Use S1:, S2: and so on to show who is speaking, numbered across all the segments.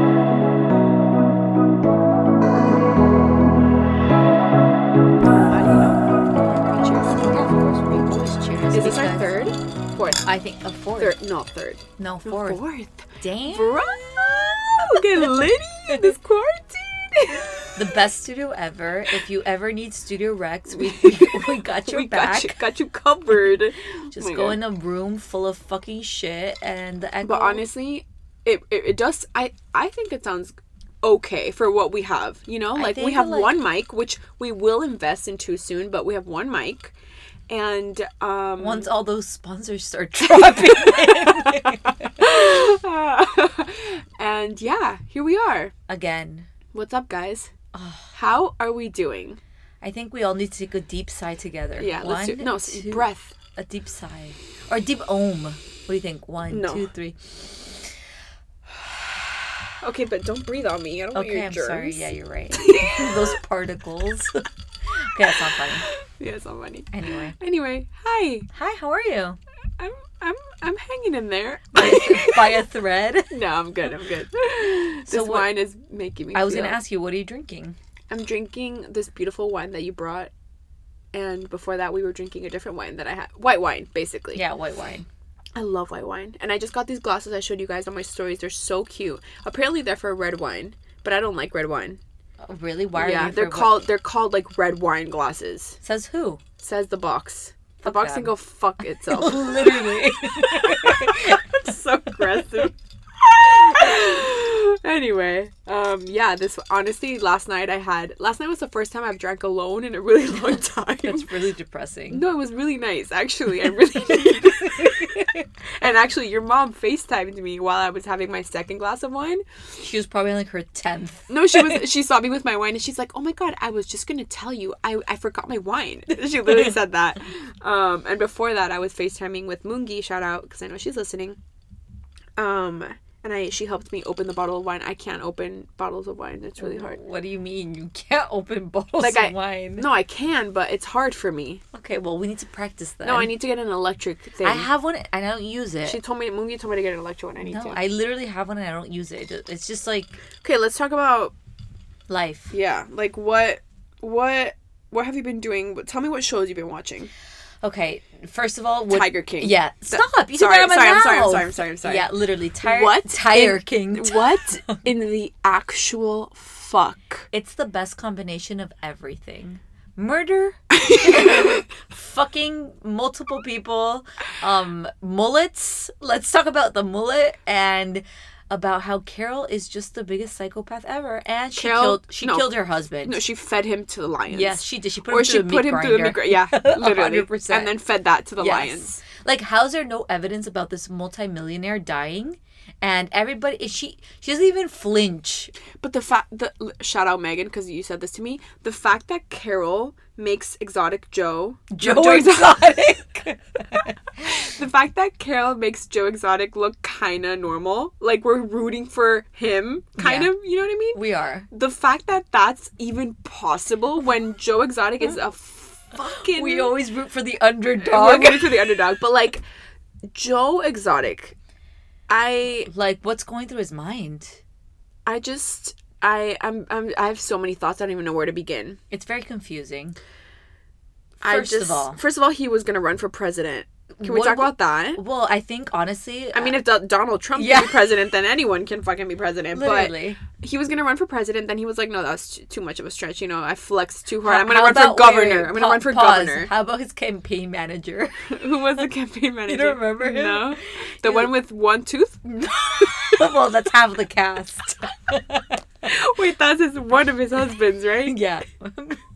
S1: Is
S2: Is
S1: this
S2: this
S1: our
S2: our
S1: third? Fourth.
S2: I think a fourth.
S1: Third. Not third.
S2: No,
S1: No,
S2: fourth.
S1: Fourth.
S2: Damn.
S1: Bro, get litty in this quarantine.
S2: The best studio ever. If you ever need Studio Rex, we, we, we got your
S1: we
S2: back.
S1: got you, got you covered.
S2: Just
S1: Oh my
S2: go
S1: God.
S2: in a room full of fucking shit and the echo.
S1: But honestly, it, it it does. I I think it sounds okay for what we have. You know,
S2: I
S1: like we
S2: think,
S1: have
S2: like-
S1: one mic, which we will invest into soon. But we have one mic, and um,
S2: once all those sponsors start dropping,
S1: and yeah, here we are.
S2: again,
S1: What's up, guys? How are we doing?
S2: I think we all need to take a deep sigh together.
S1: Yeah, let's do
S2: One,
S1: no s-
S2: two-
S1: breath.
S2: A deep sigh or a deep ohm. What do you think? One, two, three.
S1: No. Okay, but don't breathe on me. I don't want
S2: Okay,
S1: your
S2: I'm
S1: germs.
S2: sorry. Yeah, you're right. Those particles. okay, that's not funny.
S1: yeah, it's not funny.
S2: Anyway.
S1: Anyway, hi.
S2: Hi, how are you?
S1: I'm I'm I'm hanging in there.
S2: By a thread.
S1: no, I'm good. I'm good. This
S2: what-
S1: wine is making me.
S2: I was gonna
S1: feel-
S2: ask you, what are you drinking?
S1: I'm drinking this beautiful wine that you brought, and before that, we were drinking a different wine that I had. White wine, basically.
S2: Yeah, white wine.
S1: I love white wine, and I just got these glasses I showed you guys on my stories. They're so cute. Apparently, they're for red wine, but I don't like red wine.
S2: Oh, really? Why are
S1: yeah,
S2: you?
S1: they're
S2: for-
S1: called they're called like red wine glasses.
S2: Says who?
S1: Says the box. The box
S2: them.
S1: can go fuck itself.
S2: Literally.
S1: so aggressive. anyway, um, yeah, this honestly, last night I had last night was the first time I've drank alone in a really long time.
S2: That's really depressing.
S1: no, it was really nice actually. I really needed. and actually, your mom FaceTimed me while I was having my second glass of wine.
S2: She was probably on, like her tenth.
S1: No, she was. She saw me with my wine, and she's like, "Oh my god, I was just gonna tell you, I, I forgot my wine." She literally said that. Um, and before that, I was Facetiming with Moongi. Shout out because I know she's listening. Um, and I she helped me open the bottle of wine. I can't open bottles of wine. It's really hard.
S2: What do you mean? You can't open bottles
S1: Like
S2: of
S1: I
S2: wine.
S1: no, I can, but it's hard for me.
S2: Okay, well we need to practice that.
S1: No, I need to get an electric thing.
S2: I have one and I don't use it.
S1: She told me Moongi told me to get an electric one. I need
S2: no,
S1: to.
S2: I literally have one and I don't use it. It- It's just like
S1: okay, let's talk about
S2: life.
S1: yeah, like what what what have you been doing? Tell me what shows you've been watching.
S2: Okay, first of all, what,
S1: Tiger King.
S2: Yeah,
S1: Th-
S2: stop. You
S1: sorry,
S2: sorry,
S1: sorry, I'm sorry, I'm sorry, I'm sorry, I'm sorry.
S2: Yeah, literally, Tiger.
S1: What
S2: Tiger
S1: in-
S2: King.
S1: What in the actual fuck?
S2: It's the best combination of everything. Murder, fucking multiple people, um, mullets. Let's talk about the mullet and about how Carol is just the biggest psychopath ever, and she
S1: Carol-
S2: killed she
S1: no.
S2: killed her husband.
S1: No, she fed him to the lions.
S2: yes, she did. She put him
S1: or
S2: through
S1: she
S2: the meat
S1: put him
S2: grinder.
S1: through the meat grinder. Yeah,
S2: A
S1: literally.
S2: hundred percent.
S1: And then fed that to the
S2: Yes.
S1: lions.
S2: Like, how's there no evidence about this multimillionaire dying? And everybody, is she she doesn't even flinch.
S1: But the fact that shout out Megan because you said this to me. The fact that Carol makes exotic Joe
S2: Joe,
S1: Joe
S2: Exotic.
S1: the fact that Carol makes Joe Exotic look kinda normal, like we're rooting for him, kind
S2: Yeah.
S1: of. You know what I mean?
S2: we are.
S1: the fact that that's even possible when Joe Exotic is a fucking
S2: We
S1: We're
S2: always root for the underdog.
S1: rooting for the underdog, but like Joe Exotic, I
S2: like, what's going through his mind?
S1: I just I I'm, I'm I have so many thoughts. I don't even know where to begin.
S2: It's very confusing.
S1: I
S2: First of
S1: just-
S2: all-
S1: first of all, he was gonna run for president. Can we
S2: What-
S1: talk about that?
S2: Well, I think honestly,
S1: I mean, if Do- Donald Trump
S2: Yeah.
S1: can be president, then anyone can fucking be president.
S2: literally,
S1: But he was gonna run for president. Then he was like, "No, that's t- too much of a stretch. You know, I flexed too hard. I'm gonna
S2: How
S1: run for
S2: about-
S1: governor.
S2: wait, wait,
S1: I'm gonna
S2: pa-
S1: run for
S2: pause.
S1: governor."
S2: How about his campaign manager?
S1: Who was the campaign manager?
S2: remember him?
S1: No. The one with one tooth?
S2: well, that's half the cast.
S1: Wait, that's his one of his husbands, right?
S2: yeah,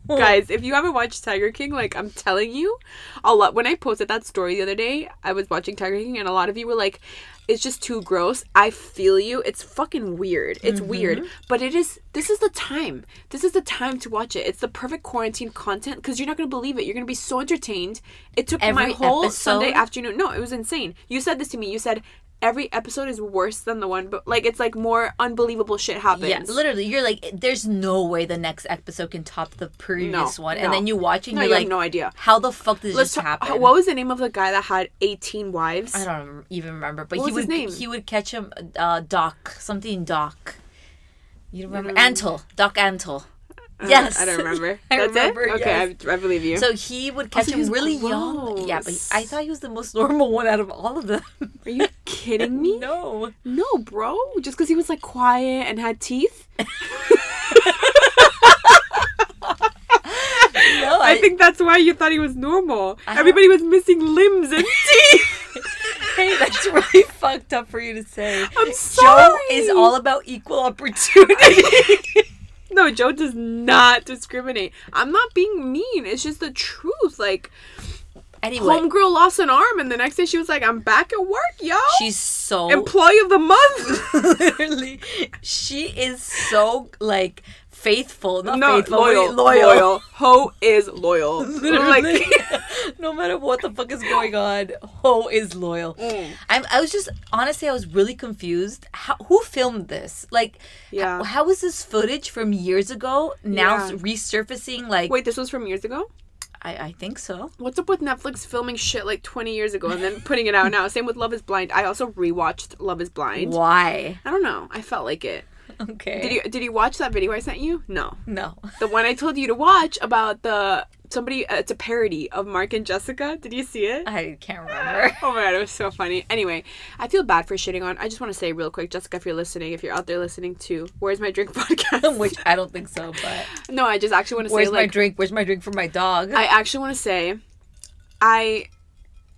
S1: Guys, if you haven't watched Tiger King, like I'm telling you, a lot when I posted that story the other day, I was watching Tiger King and a lot of you were like, it's just too gross. I feel you. It's fucking weird. It's
S2: Mm-hmm.
S1: weird. But it is this is the time. This is the time to watch it. It's the perfect quarantine content because you're not gonna believe it. You're gonna be so entertained. It took my
S2: Every
S1: whole Sunday
S2: episode?
S1: afternoon. No, it was insane. You said this to me. You said every episode is worse than the one but like it's like more unbelievable shit happens.
S2: Yeah, literally, you're like, eh, there's no way the next episode can top the previous one, and
S1: no.
S2: then you watch it, and
S1: No,
S2: you're
S1: you have
S2: like,
S1: no idea.
S2: How the fuck did this
S1: Let's
S2: just
S1: talk.
S2: happen?
S1: What was the name of the guy that had 18 wives?
S2: I don't rem- even remember, but
S1: What
S2: he
S1: was
S2: would
S1: his name?
S2: he would catch him uh, Doc something Doc. You don't remember Antle Doc Antle. Yes,
S1: Uh, I don't remember.
S2: I
S1: That's
S2: remember,
S1: it? Okay,
S2: yes.
S1: I, I believe you.
S2: So he would catch
S1: Also, he
S2: him
S1: was
S2: really young. Yeah, but he-
S1: gross.
S2: I thought he was the most normal one out of all of them.
S1: Are you kidding me?
S2: no,
S1: No, bro. Just because he was like quiet and had teeth?
S2: no,
S1: I think that's why you thought he was normal. Everybody was missing limbs and teeth.
S2: hey, that's really fucked up for you to say.
S1: I'm
S2: Joe
S1: sorry.
S2: is all about equal opportunity.
S1: No, Joe does not discriminate. I'm not being mean. It's just the truth. Like,
S2: anyway,
S1: homegirl lost an arm, and the next day she was like, I'm back at work, yo.
S2: she's so
S1: Employee of the month.
S2: literally she is so like faithful not
S1: No,
S2: faithful
S1: loyal,
S2: but loyal,
S1: loyal. Ho is loyal.
S2: Literally.
S1: Like,
S2: no matter what the fuck is going on ho is loyal
S1: Mm.
S2: I'm, i was just honestly i was really confused how, who filmed this like
S1: Yeah.
S2: how, how is this footage from years ago now
S1: Yeah.
S2: resurfacing like
S1: wait, this was from years ago?
S2: I, I think so
S1: What's up with Netflix filming shit like 20 years ago and then putting it out now? Same with Love is Blind. I also rewatched Love is Blind.
S2: why
S1: I don't know. I felt like it.
S2: okay
S1: Did you did you watch that video I sent you? No.
S2: no
S1: The one I told you to watch about the somebody uh, it's a parody of Mark and Jessica. Did you see it?
S2: i can't remember
S1: Oh my god, it was so funny. Anyway, I feel bad for shitting on. I just want to say real quick, Jessica, if you're listening, if you're out there listening to Where's My Drink podcast,
S2: which i don't think so but
S1: no, I just actually want to
S2: where's
S1: say
S2: my
S1: like
S2: drink where's my drink for my dog
S1: I actually want to say, I,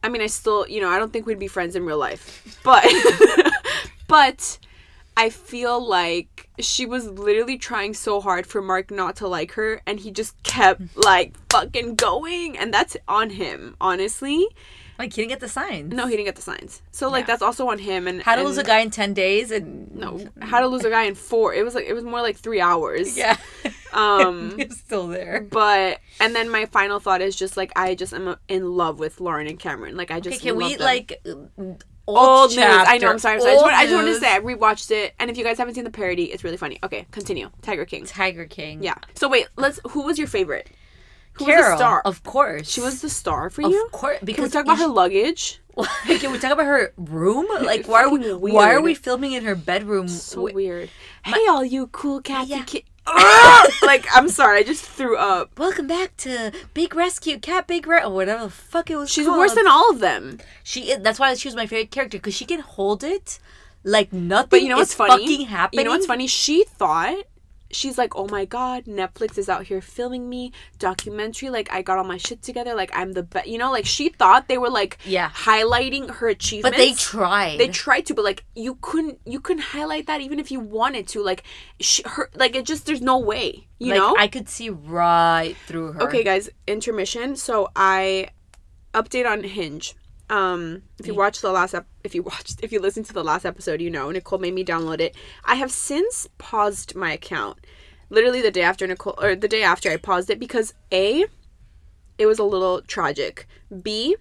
S1: I mean, I still, you know, I don't think we'd be friends in real life, but, but, I feel like she was literally trying so hard for Mark not to like her, and he just kept like fucking going, and that's on him, honestly.
S2: like he didn't get the signs
S1: No, he didn't get the signs, so like
S2: Yeah.
S1: that's also on him. And
S2: How to lose a
S1: and-
S2: guy in ten days and
S1: No, how to lose a guy in four? It was like it was more like three hours.
S2: yeah,
S1: Um.
S2: it's still there.
S1: But and then my final thought is just like I just am in love with Lauren and Cameron. Like I just
S2: Okay, can
S1: love
S2: we
S1: them.
S2: like old,
S1: uh, old news?
S2: chapter,
S1: I know. I'm sorry. I'm sorry. I just
S2: old
S1: want, I just want to
S2: news,
S1: say I rewatched it, and if you guys haven't seen the parody, it's really funny. Okay, continue. Tiger King.
S2: Tiger King.
S1: Yeah. So wait, let's. Who was your favorite? Who
S2: Carol,
S1: was the star?
S2: of course.
S1: she was the star for
S2: of
S1: you.
S2: course
S1: Can we
S2: because
S1: talk about her luggage?
S2: Like, can we talk about her room? Like, why are we
S1: fucking
S2: why are
S1: weird.
S2: we filming in her bedroom?
S1: So
S2: Wh-
S1: weird. Hey, all you cool cats
S2: Yeah.
S1: and ki- Ugh! like I'm sorry, I just threw up.
S2: Welcome back to Big Rescue Cat Big Red or whatever the fuck it was.
S1: She's
S2: called.
S1: worse than all of them.
S2: she. Is, that's why she was my favorite character because she can hold it like nothing.
S1: But you know what's
S2: is
S1: funny?
S2: Fucking happening.
S1: You know what's funny? She thought she's like, "Oh my god, Netflix is out here filming me documentary. Like I got all my shit together. Like I'm the best." You know, like she thought they were like
S2: Yeah.
S1: highlighting her achievements.
S2: But they tried.
S1: They tried to, but like you couldn't you couldn't highlight that even if you wanted to. Like she, her like it just there's no way. You
S2: like,
S1: know?
S2: I could see right through her.
S1: okay, guys, intermission. So I update on Hinge. Um, if you watched the last, ep- if you watched, if you listened to the last episode, you know Nicole made me download it. I have since paused my account. Literally the day after Nicole, or the day after I paused it because a, it was a little tragic. B,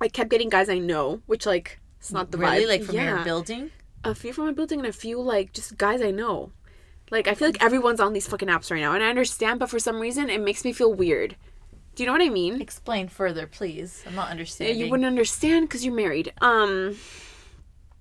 S1: I kept getting guys I know, which like it's not the
S2: really
S1: vibe.
S2: like from your
S1: Yeah.
S2: building.
S1: a few from my building and a few like just guys I know. Like I feel like everyone's on these fucking apps right now, and I understand, but for some reason it makes me feel weird. Do you know what I mean?
S2: Explain further, please. I'm not understanding.
S1: You wouldn't understand because you're married. Um,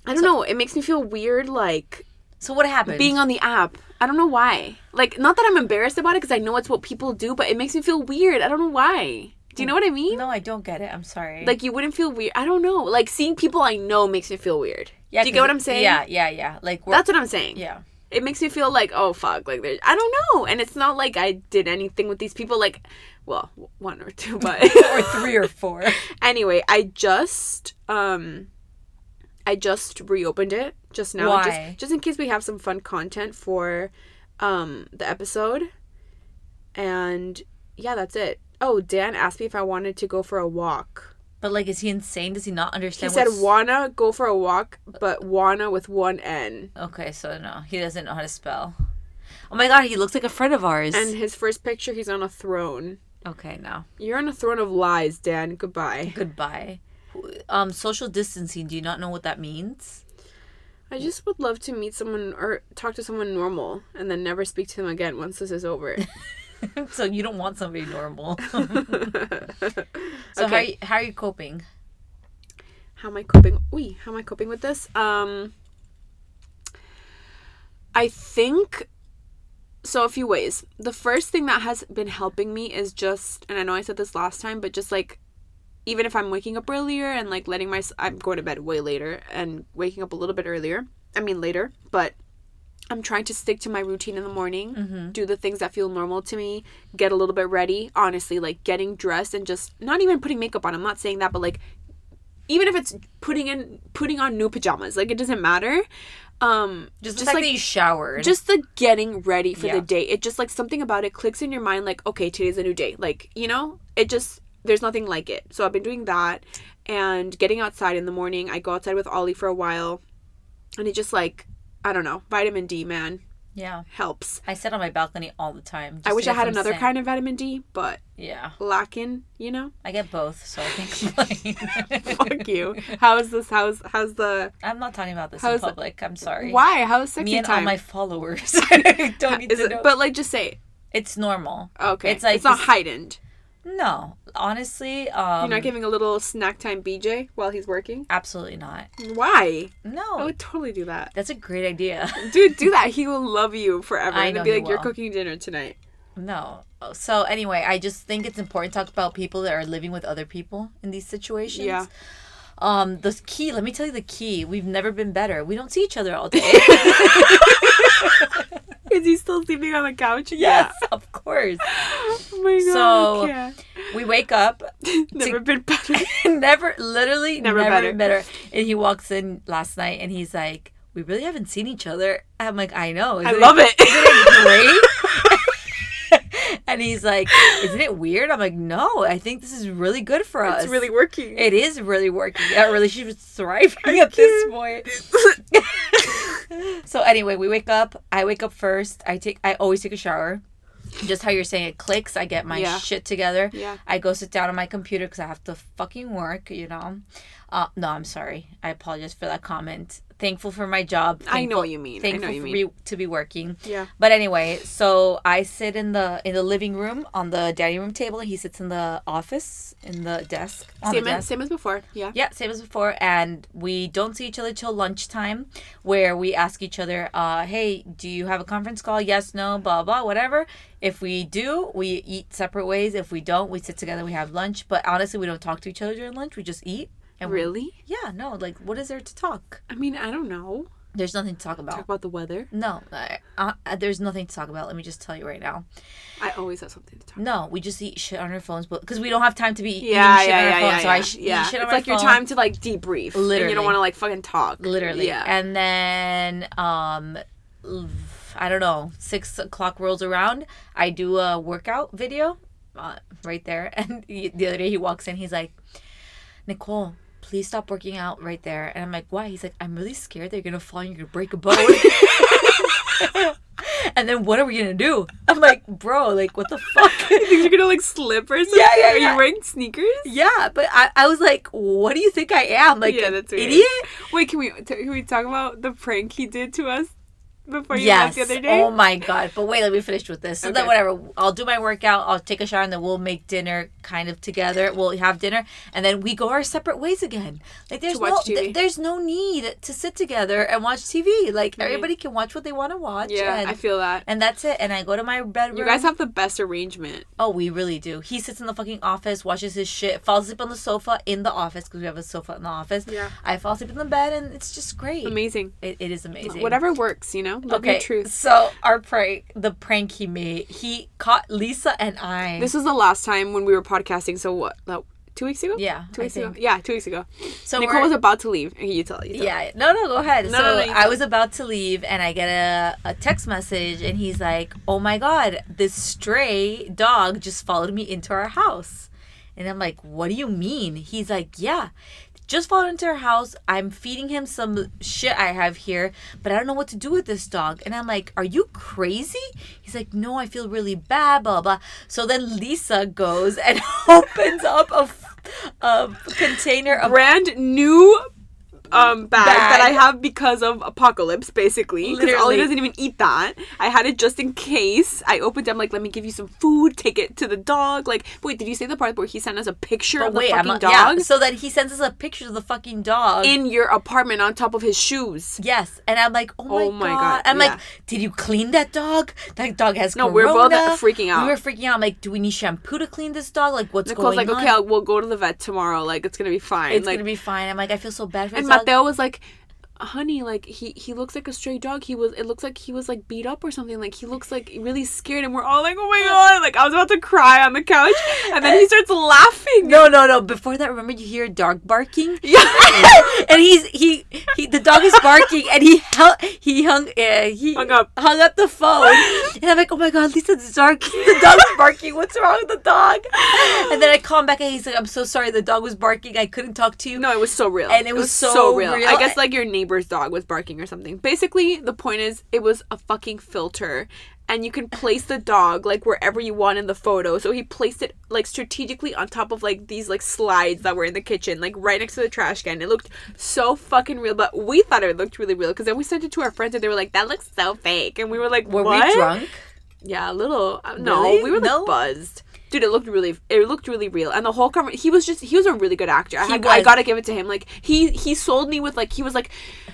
S1: I don't know. It makes me feel weird, like
S2: so what happened?
S1: being on the app. I don't know why. Like, not that I'm embarrassed about it because I know it's what people do, but it makes me feel weird. I don't know why. Do you know what I mean?
S2: no, I don't get it. I'm sorry.
S1: Like, you wouldn't feel weird. I don't know. Like, seeing people I know makes me feel weird. Yeah, do you
S2: 'cause-
S1: get what I'm saying?
S2: Yeah, yeah, yeah. Like we're,
S1: That's what I'm saying.
S2: yeah.
S1: it makes me feel like oh fuck like there's i don't know and it's not like i did anything with these people like well w- one or two but
S2: Or three or four.
S1: anyway i just um i just reopened it just now
S2: Why?
S1: Just, just in case we have some fun content for um the episode and yeah, that's it. Oh, Dan asked me if I wanted to go for a walk.
S2: But like, is he insane? Does he not
S1: He
S2: understand?
S1: said,
S2: what's-
S1: "Wanna go for a walk," but "wanna" with one n.
S2: Okay, so no, he doesn't know how to spell. Oh my god, he looks like a friend of ours.
S1: And his first picture, he's on a throne.
S2: okay, no.
S1: You're on a throne of lies, Dan. Goodbye.
S2: Goodbye. Um, social distancing. Do you not know what that means?
S1: I just would love to meet someone or talk to someone normal, and then never speak to them again once this is over.
S2: so you don't want somebody normal. so how are you, how are you coping?
S1: how am I coping? Wee, how am I coping with this? Um, I think so. A few ways. The first thing that has been helping me is just, and I know I said this last time, but just like, even if I'm waking up earlier and like letting my, I'm going to bed way later and waking up a little bit earlier. I mean later, but I'm trying to stick to my routine in the morning, do the things that feel normal to me, get a little bit ready. Honestly, like getting dressed and just not even putting makeup on. I'm not saying that, but like even if it's putting in putting on new pajamas, like it doesn't matter. Um
S2: Just,
S1: just,
S2: the fact
S1: like
S2: that you showered.
S1: just the getting ready for
S2: Yeah.
S1: the day. It just like something about it clicks in your mind like, okay, today's a new day. Like, you know, it just there's nothing like it. So I've been doing that and getting outside in the morning. I go outside with Ollie for a while and it just like I don't know, vitamin D, man,
S2: yeah.
S1: helps.
S2: I sit on my balcony all the time. just
S1: I
S2: to
S1: wish I
S2: get
S1: had
S2: some
S1: another
S2: sun.
S1: kind of vitamin D, but
S2: Yeah,
S1: lacking, you know?
S2: I get both, so I can complain.
S1: Fuck you. How's this how's how's the
S2: I'm not talking about this
S1: How's-
S2: in public. I'm sorry.
S1: why? How's sexy
S2: Me and
S1: time?
S2: all my followers don't need
S1: Is
S2: to
S1: it,
S2: know.
S1: but like just say
S2: it's normal.
S1: okay.
S2: It's like
S1: it's not
S2: this-
S1: heightened.
S2: No, honestly, um,
S1: You're not giving a little snack time BJ while he's working.
S2: absolutely not.
S1: Why? I
S2: No,
S1: would totally do that.
S2: that's a great idea.
S1: Dude, do that. He will love you forever.
S2: I
S1: and
S2: know
S1: be
S2: he
S1: like, you're
S2: will.
S1: cooking dinner tonight.
S2: no. Oh, So anyway, I just think it's important to talk about people that are living with other people in these situations.
S1: Yeah.
S2: Um, the key. Let me tell you the key. We've never been better. We don't see each other all day.
S1: Is he still sleeping on the couch?
S2: yes, of course.
S1: Yeah. Oh my god.
S2: So-
S1: I can't.
S2: We wake up.
S1: never been better.
S2: never literally
S1: Never
S2: never,
S1: better.
S2: better. And he walks in last night and he's like, We really haven't seen each other. I'm like, I know.
S1: I
S2: isn't
S1: love it.
S2: great? and he's like, Isn't it weird? I'm like, No, I think this is really good for us.
S1: it's really working.
S2: It is really working. Our relationship is thriving at this point. so anyway, we wake up. I wake up first. I take. I always take a shower. Just how you're saying it clicks. I get my
S1: Yeah.
S2: shit together.
S1: Yeah.
S2: I go sit down on my computer because I have to fucking work. You know. Uh, no, I'm sorry. I apologize for that comment. Thankful for my job.
S1: I
S2: Thankful-
S1: know what you mean. I know
S2: thankful
S1: what you
S2: for
S1: mean.
S2: be- to be working.
S1: Yeah.
S2: But anyway, so I sit in the in the living room on the dining room table. He sits in the office in the desk. On
S1: Same
S2: the
S1: as,
S2: desk.
S1: same as before. Yeah.
S2: Yeah, same as before. And we don't see each other till lunchtime, where we ask each other, uh, "Hey, do you have a conference call? Yes, no, blah blah, whatever." If we do, we eat separate ways. If we don't, we sit together. We have lunch. But honestly, we don't talk to each other during lunch. We just eat. And we-
S1: Really?
S2: yeah. No. Like, what is there to talk?
S1: I mean, I don't know.
S2: There's nothing to talk about.
S1: Talk about the weather.
S2: no, I, uh, there's nothing to talk about. Let me just tell you right now.
S1: I always have something to talk about.
S2: No, we just eat shit on our phones, but because we don't have time to be eating
S1: Yeah,
S2: shit
S1: yeah,
S2: on our
S1: yeah,
S2: phones,
S1: yeah,
S2: so
S1: yeah.
S2: I sh-
S1: yeah.
S2: eat shit on
S1: it's
S2: my
S1: like your
S2: phone.
S1: time to like debrief. And you don't
S2: Literally.
S1: want to like fucking talk.
S2: literally
S1: Yeah.
S2: and then um l- i don't know six o'clock rolls around i do a workout video uh, right there and he- the other day he walks in he's like nicole please stop working out right there and i'm like why he's like i'm really scared that you're gonna fall and you're gonna break a bone and then what are we gonna do i'm like bro like what the fuck
S1: you think you're gonna like slip or something?
S2: Yeah, yeah,
S1: Are
S2: yeah.
S1: you wearing sneakers?
S2: yeah but I, I was like what do you think i am like
S1: Yeah,
S2: an
S1: that's weird.
S2: idiot
S1: Wait, can we t- can we talk about the prank he did to us before you
S2: yes.
S1: left the other day?
S2: Oh my god. But wait, let me finish with this. So then
S1: Okay.
S2: whatever. I'll do my workout, I'll take a shower, and then we'll make dinner kind of together. We'll have dinner and then we go our separate ways again. Like there's
S1: To watch
S2: no
S1: TV.
S2: th- there's no need to sit together and watch TV. Like everybody can watch what they want to watch.
S1: yeah,
S2: and,
S1: I feel that.
S2: and that's it. And I go to my bedroom.
S1: you guys have the best arrangement.
S2: oh, we really do. He sits in the fucking office, watches his shit, falls asleep on the sofa in the office because we have a sofa in the office.
S1: Yeah.
S2: I fall asleep in the bed, and it's just great.
S1: Amazing.
S2: It, it is amazing.
S1: Whatever works, you know. Love your truth.
S2: So our prank, the prank he made, he caught Lisa and I.
S1: This was the last time when we were podcasting. So what? Like, two weeks ago.
S2: Yeah,
S1: two
S2: I
S1: weeks ago.
S2: think.
S1: Yeah, two weeks ago.
S2: So
S1: Nicole
S2: we're-
S1: was about to leave. You tell. You tell.
S2: Yeah. No, no, go ahead.
S1: No,
S2: so
S1: no, no, you
S2: I
S1: go.
S2: was about to leave and I get a, a text message and he's like, Oh my god, this stray dog just followed me into our house. And I'm like, What do you mean? He's like, Yeah. Just followed into our house. I'm feeding him some shit I have here, but I don't know what to do with this dog. And I'm like, Are you crazy? He's like, No, I feel really bad, blah, blah. So then Lisa goes and opens up a, f- a container of
S1: Brand new um bag, that I
S2: Bag.
S1: have because of Apocalypse, basically. Because Ollie
S2: Literally.
S1: doesn't even eat that. I had it just in case. I opened it. I'm like, let me give you some food. Take it to the dog. Like, wait, did you say the part where he sent us a picture
S2: But
S1: of the fucking
S2: not-
S1: dog
S2: Yeah, so that he sends us a picture of the fucking dog.
S1: in your apartment on top of his shoes?
S2: yes, and I'm like, oh my,
S1: Oh my
S2: god.
S1: God,
S2: I'm
S1: yeah.
S2: like, did you clean that dog? That dog has
S1: No,
S2: corona.
S1: we were both freaking out.
S2: We were freaking out. I'm like, do we need shampoo to clean this dog? Like, what's
S1: Nicole's
S2: going
S1: like,
S2: on?
S1: okay, I'll, we'll go to the vet tomorrow. Like, it's gonna be fine.
S2: it's
S1: like,
S2: gonna be fine. I'm like, I feel so bad for this
S1: and
S2: dog.
S1: Mateo was like. Honey, like he he looks like a stray dog. He was it looks like he was like beat up or something. Like he looks like really scared, and we're all like, oh my god! Like I was about to cry on the couch, and then he starts laughing.
S2: no, no, no. Before that, remember you hear a dog barking?
S1: Yeah,
S2: and he's he, he the dog is barking and he hung he hung uh, he
S1: Hung up.
S2: hung up the phone and I'm like oh my god Lisa the dog the dog's barking what's wrong with the dog and then I call him back and he's like I'm so sorry the dog was barking I couldn't talk to you
S1: no, it was so real,
S2: And it was so real.
S1: I guess like your neighbor's dog was barking or something. Basically, the point is, it was a fucking filter, and you can place the dog like wherever you want in the photo. So he placed it like strategically on top of like these like slides that were in the kitchen, like right next to the trash can. It looked so fucking real, but we thought it looked really real because then we sent it to our friends and they were like, "That looks so fake," and we were like,
S2: were
S1: what?
S2: we drunk
S1: Yeah, a little. uh, No,
S2: Really?
S1: we were like
S2: No?
S1: buzzed. Dude, it looked really, it looked really real, and the whole cover. He was just, he was a really good actor. I, had, I
S2: was.
S1: gotta give it to him. Like he, he sold me with like he was like,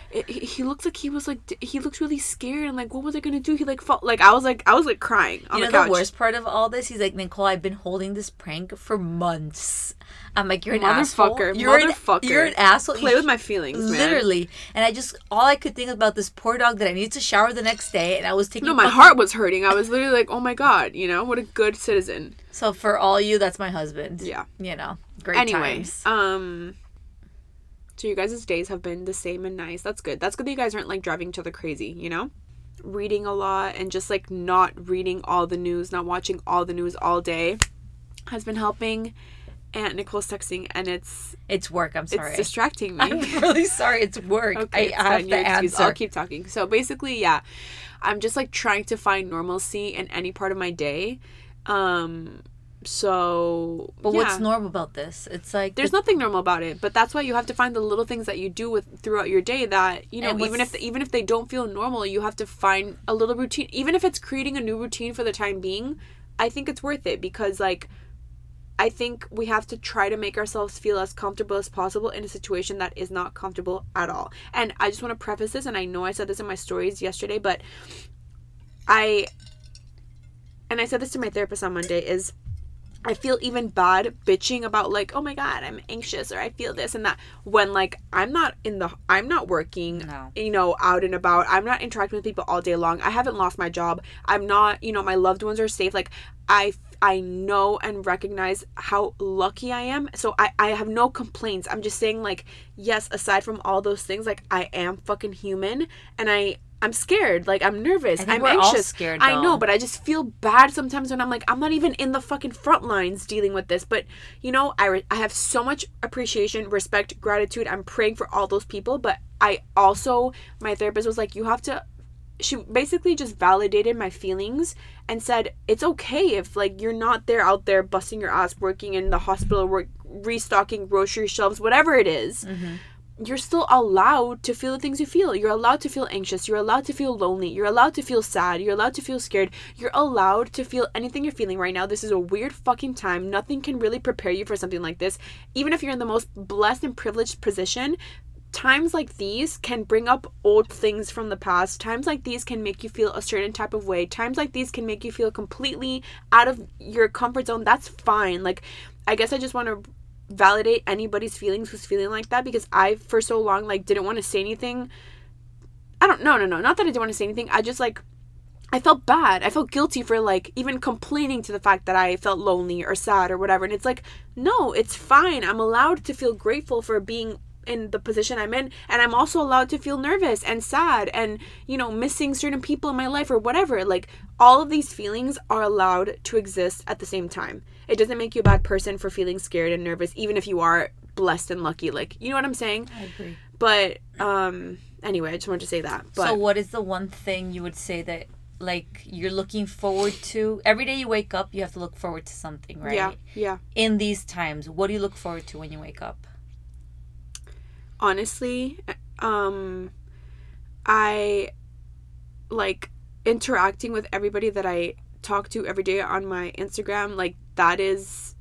S1: it, he- he looked like he was like d- he looked really scared and like what was I gonna do? He like felt like I was like I was like crying on
S2: you know
S1: the couch.
S2: the worst part of all this he's like Nicole I've been holding this prank for months I'm like you're an asshole
S1: Motherfucker,
S2: you're
S1: motherfucker.
S2: an, you're an asshole
S1: Play
S2: You
S1: with my feelings, man.
S2: Literally, and I just all I could think about this poor dog that I needed to shower the next day, and I was taking
S1: No, my
S2: fucking-
S1: heart was hurting. I was literally like, oh my god, you know what a good citizen.
S2: So for all you, that's my husband.
S1: Yeah.
S2: You know, great
S1: Anyway,
S2: times.
S1: um. So you guys' days have been the same and nice. That's good. That's good that you guys aren't like driving each other crazy, you know? Reading a lot and just like not reading all the news, not watching all the news all day has been helping. And Nicole's texting and it's
S2: It's work. I'm
S1: it's
S2: sorry.
S1: distracting me.
S2: I'm really sorry. It's work. I
S1: Okay, it's
S2: have
S1: fine.
S2: to
S1: Your excuse.
S2: answer.
S1: I'll keep talking. So basically, yeah, I'm just like trying to find normalcy in any part of my day. Um so
S2: but
S1: yeah.
S2: what's normal about this? It's like
S1: there's
S2: the-
S1: nothing normal about it but that's why you have to find the little things that you do with throughout your day that you know
S2: And
S1: even if
S2: what's-
S1: even if they don't feel normal you have to find a little routine even if it's creating a new routine for the time being i think it's worth it because like i think we have to try to make ourselves feel as comfortable as possible in a situation that is not comfortable at all and i just want to preface this and i know i said this in my stories yesterday but i and i said this to my therapist on monday is I feel even bad bitching about like, oh my god, I'm anxious or I feel this and that when like I'm not in the I'm not working,
S2: No.
S1: you know, out and about. I'm not interacting with people all day long. I haven't lost my job. I'm not, you know, my loved ones are safe. Like I I know and recognize how lucky I am. So I I have no complaints. I'm just saying like, yes, aside from all those things, like I am fucking human and I I'm scared. Like I'm nervous.
S2: I think
S1: I'm
S2: we're all
S1: anxious.
S2: scared,
S1: I know,
S2: though.
S1: but I just feel bad sometimes when I'm like, I'm not even in the fucking front lines dealing with this. But you know, I re- I have so much appreciation, respect, gratitude. I'm praying for all those people, but I also my therapist was like, you have to. She basically just validated my feelings and said it's okay if like you're not there out there busting your ass, working in the hospital, work restocking grocery shelves, whatever it is you're still allowed to feel the things you feel. You're allowed to feel anxious. You're allowed to feel lonely. You're allowed to feel sad. You're allowed to feel scared. You're allowed to feel anything you're feeling right now. This is a weird fucking time. Nothing can really prepare you for something like this. Even if you're in the most blessed and privileged position, times like these can bring up old things from the past. Times like these can make you feel a certain type of way. Times like these can make you feel completely out of your comfort zone. That's fine. Like, I guess I just want to validate anybody's feelings who's feeling like that because I for so long like didn't want to say anything. I don't no no no not that I didn't want to say anything. I just like I felt bad. I felt guilty for like even complaining to the fact that I felt lonely or sad or whatever. And it's like, no, it's fine. I'm allowed to feel grateful for being in the position I'm in. And I'm also allowed to feel nervous and sad and, you know, missing certain people in my life or whatever. Like, all of these feelings are allowed to exist at the same time. It doesn't make you a bad person for feeling scared and nervous, even if you are blessed and lucky. Like, you know what I'm saying?
S2: I agree.
S1: But, um, anyway, I just wanted to say that. But
S2: so what is the one thing you would say that like you're looking forward to every day you wake up you have to look forward to something right
S1: yeah, yeah.
S2: in these times what do you look forward to when you wake up
S1: honestly um i like interacting with everybody that i talk to every day on my instagram like that is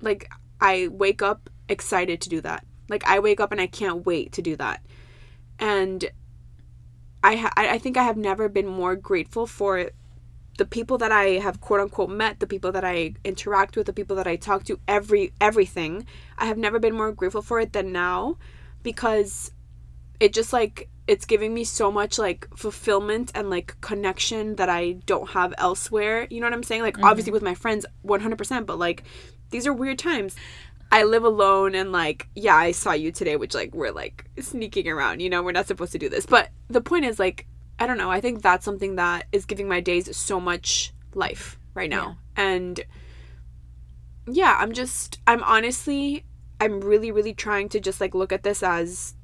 S1: like i wake up excited to do that like i wake up and i can't wait to do that and i ha- i I think i have never been more grateful for the people that i have quote unquote met the people that i interact with the people that i talk to every everything i have never been more grateful for it than now because it just like it's giving me so much like fulfillment and like connection that I don't have elsewhere. You know what I'm saying? Like obviously with my friends 100%, but like these are weird times. I live alone and like yeah, I saw you today which like we're like sneaking around, you know, we're not supposed to do this. But the point is like I don't know, I think that's something that is giving my days so much life right now. And yeah, I'm just I'm honestly I'm really really trying to just like look at this as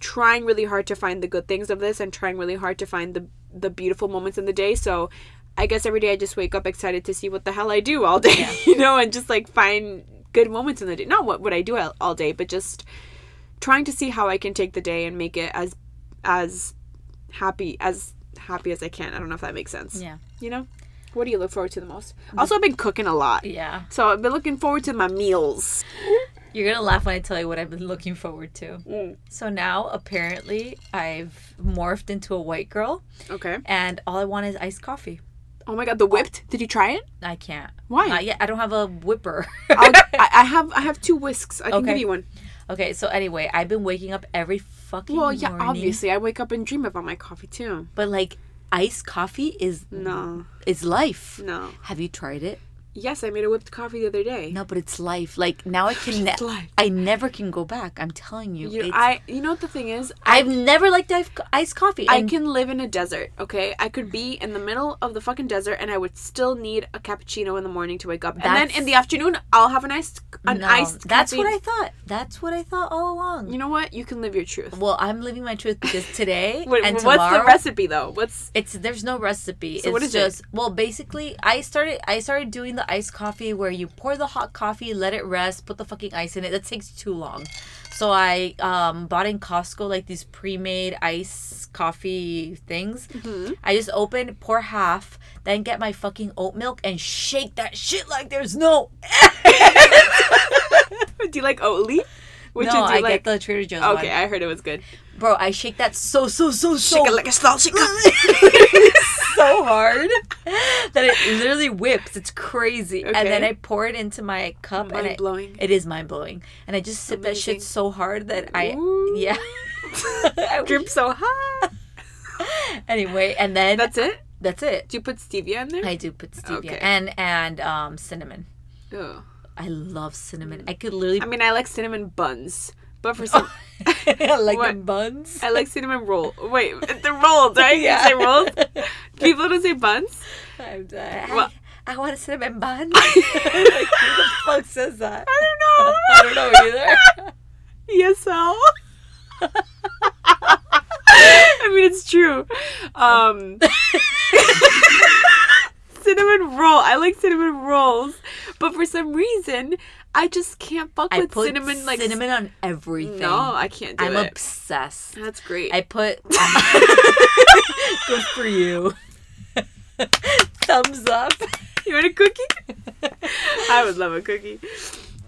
S1: trying really hard to find the good things of this and trying really hard to find the the beautiful moments in the day. So I guess every day I just wake up excited to see what the hell I do all day, you know, and just like find good moments in the day. Not what what I do all, all day, but just trying to see how I can take the day and make it as as happy as happy as I can. I don't know if that makes sense.
S2: Yeah.
S1: You know? What do you look forward to the most? Also I've been cooking a lot.
S2: yeah
S1: So I've been looking forward to my meals.
S2: You're gonna laugh when I tell you what I've been looking forward to.
S1: Mm.
S2: So now apparently I've morphed into a white girl,
S1: Okay.
S2: and all I want is iced coffee.
S1: Oh my god, the whipped? Did you try it?
S2: I can't.
S1: Why?
S2: Not yet. I don't have a whipper.
S1: I'll, I, I have I have two whisks. I can
S2: Okay.
S1: give you one.
S2: okay. So anyway, I've been waking up every fucking
S1: Well, yeah,
S2: morning,
S1: obviously, I wake up and dream about my coffee too.
S2: But like, iced coffee is
S1: No,
S2: is life.
S1: no.
S2: Have you tried it?
S1: Yes, I made a whipped coffee the other day.
S2: No, but it's life. Like now I can.
S1: It's life.
S2: I never can go back. I'm telling you.
S1: you know,
S2: it's-
S1: I you know what the thing is?
S2: I've never liked ice- iced coffee.
S1: I
S2: and-
S1: can live in a desert, okay? I could be in the middle of the fucking desert and I would still need a cappuccino in the morning to wake up. and
S2: That's-
S1: then in the afternoon, I'll have an iced an
S2: No,
S1: iced
S2: That's what I
S1: caffeine.
S2: thought. That's what I thought all along.
S1: You know what? You can live your truth.
S2: Well, I'm living my truth because today
S1: Wait,
S2: and
S1: what's
S2: tomorrow.
S1: the recipe though? What's
S2: It's there's no recipe.
S1: So
S2: it's
S1: what is it?
S2: just well, basically, I started I started doing the iced coffee where you pour the hot coffee, let it rest, put the fucking ice in it. That takes too long. So I um, bought in Costco like these pre-made ice coffee things.
S1: Mm-hmm.
S2: I just open, pour half, then get my fucking oat milk and shake that shit like there's no.
S1: do you like Oatly? Which
S2: no,
S1: do
S2: I
S1: you like?
S2: get the Trader Joe's
S1: okay,
S2: one.
S1: I heard it was good.
S2: Bro, I shake that so so so so
S1: Shake it like a slow
S2: so hard that it literally whips. It's crazy. And then
S1: Okay.
S2: I pour it into my cup and I,
S1: Mind-blowing.
S2: it is mind blowing. And I just sip that
S1: Amazing.
S2: shit so hard that I
S1: Ooh.
S2: yeah. I wish-
S1: Drip so high.
S2: anyway, and then
S1: That's it.
S2: that's it.
S1: Do you put stevia in there?
S2: I do put stevia
S1: Okay.
S2: and and um cinnamon.
S1: Ugh.
S2: I love cinnamon. I could literally
S1: I mean, I like cinnamon buns, but for some,
S2: I like the
S1: what?
S2: buns.
S1: I like cinnamon roll. Wait, the rolls, right? You
S2: Yeah.
S1: say rolls. People don't say buns.
S2: I'm done.
S1: What?
S2: I, I want a cinnamon bun. like, who the fuck says that?
S1: I don't know.
S2: I don't know either.
S1: ESL. I mean, it's true. Um, cinnamon roll. I like cinnamon rolls, but for some reason, I just can't fuck
S2: I
S1: with
S2: put
S1: cinnamon. Like
S2: cinnamon on everything.
S1: No, I can't do
S2: I'm
S1: it. Mm.
S2: obsessed.
S1: That's great.
S2: I put. um, Good for you. Thumbs up.
S1: You want a cookie? I would love a cookie.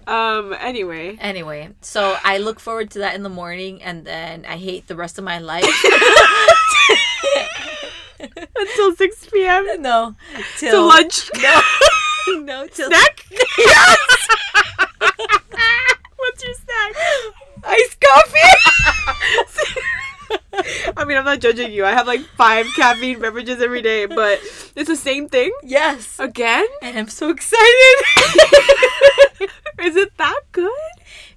S1: Um. Anyway,
S2: Anyway, so I look forward to that in the morning, and then I hate the rest of my life.
S1: until six p.m.
S2: no, till
S1: to lunch.
S2: No, no, till
S1: Snack. Yes. What's your snack?
S2: iced coffee.
S1: I mean, I'm not not judging you. I have like five caffeine beverages every day, but it's the same thing
S2: Yes.
S1: again.
S2: And I'm so excited.
S1: Is it that good?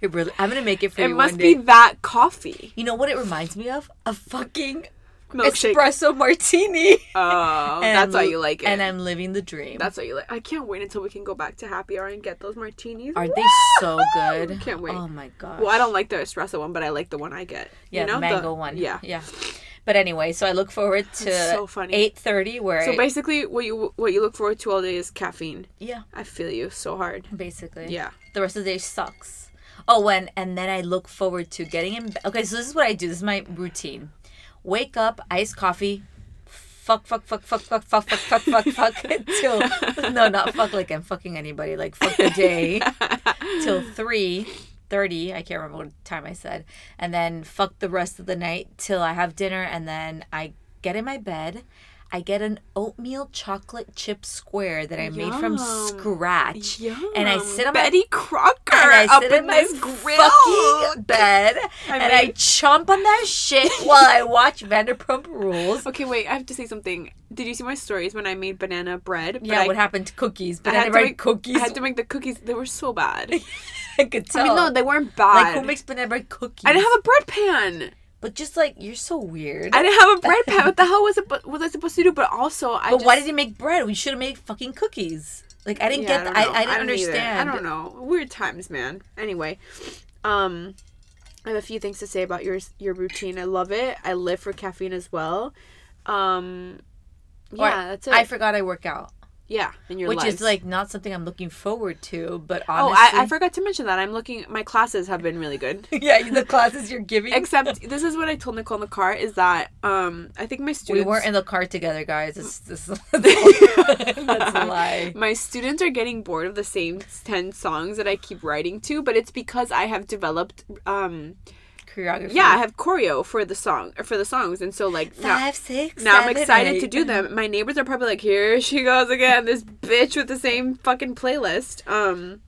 S2: it really, I'm gonna make it for
S1: It
S2: you
S1: must
S2: one
S1: be
S2: day.
S1: that coffee
S2: You know what it reminds me of? A fucking
S1: milkshake.
S2: espresso martini.
S1: Oh,
S2: And
S1: that's
S2: I'm
S1: why
S2: li-
S1: you like it.
S2: And I'm living the dream.
S1: that's why you like. I can't wait until we can go back to happy hour and get those martinis.
S2: Aren't they so good?
S1: Can't wait.
S2: Oh my gosh.
S1: Well, I don't like the espresso one, but I like the one I get.
S2: yeah,
S1: you know?
S2: the mango one.
S1: Yeah.
S2: Yeah. But anyway, so I look forward to
S1: so funny.
S2: 8:30 where
S1: So
S2: I-
S1: basically, what you what you look forward to all day is caffeine.
S2: yeah,
S1: I feel you so hard.
S2: basically.
S1: Yeah.
S2: The rest of the day sucks. Oh, and and then I look forward to getting in be- Okay, so this is what I do. This is my routine. Wake up, iced coffee, fuck fuck fuck fuck fuck fuck fuck fuck fuck fuck until no, not fuck like I'm fucking anybody. Like fuck the day. till three thirty. I can't remember what time I said, and then fuck the rest of the night till I have dinner, and then I get in my bed. I get an oatmeal chocolate chip square that I made from scratch, and I sit on my
S1: Betty Crocker
S2: and I
S1: up
S2: sit
S1: in,
S2: in my
S1: this grill.
S2: fucking bed, and I
S1: made-
S2: chomp on that shit while I watch Vanderpump Rules.
S1: Okay, wait. I have to say something. Did you see my stories when I made banana bread? But
S2: Yeah,
S1: I,
S2: what happened to cookies?
S1: I
S2: But I had to
S1: make
S2: write cookies.
S1: I had to make the cookies. They were so bad.
S2: I could
S1: I
S2: tell.
S1: mean, no, they weren't bad.
S2: like who makes banana bread cookies?
S1: I didn't have a bread pan.
S2: But just like you're so weird.
S1: I didn't have a bread pan. What the hell was it? Was I supposed to do? But also, I.
S2: But
S1: just,
S2: why did you make bread? We should have made fucking cookies. Like I didn't
S1: Yeah,
S2: get. I, I,
S1: don't know.
S2: didn't
S1: don't either.
S2: understand.
S1: I don't know. Weird times, man. Anyway, um, I have a few things to say about your your routine. I love it. I live for caffeine as well. Um,
S2: Or
S1: yeah, that's it.
S2: I forgot I work out,
S1: yeah, in your
S2: which
S1: lives.
S2: is like not something I'm looking forward to. But
S1: Oh,
S2: honestly,
S1: I, I forgot to mention that. I'm looking. My classes have been really good.
S2: yeah, the classes you're giving.
S1: Except this is what I told Nicole in the car is that um I think my
S2: we
S1: students
S2: weren't in the car together, guys. It's, this, that's a lie.
S1: My students are getting bored of the same 10 songs that I keep writing to, but it's because I have developed um
S2: Choreography.
S1: yeah, I have choreo for the song for the songs and so like now,
S2: Five, six.
S1: now I'm
S2: seven,
S1: excited to
S2: eight.
S1: do them. My neighbors are probably like, "Here she goes again, this bitch with the same fucking playlist." Um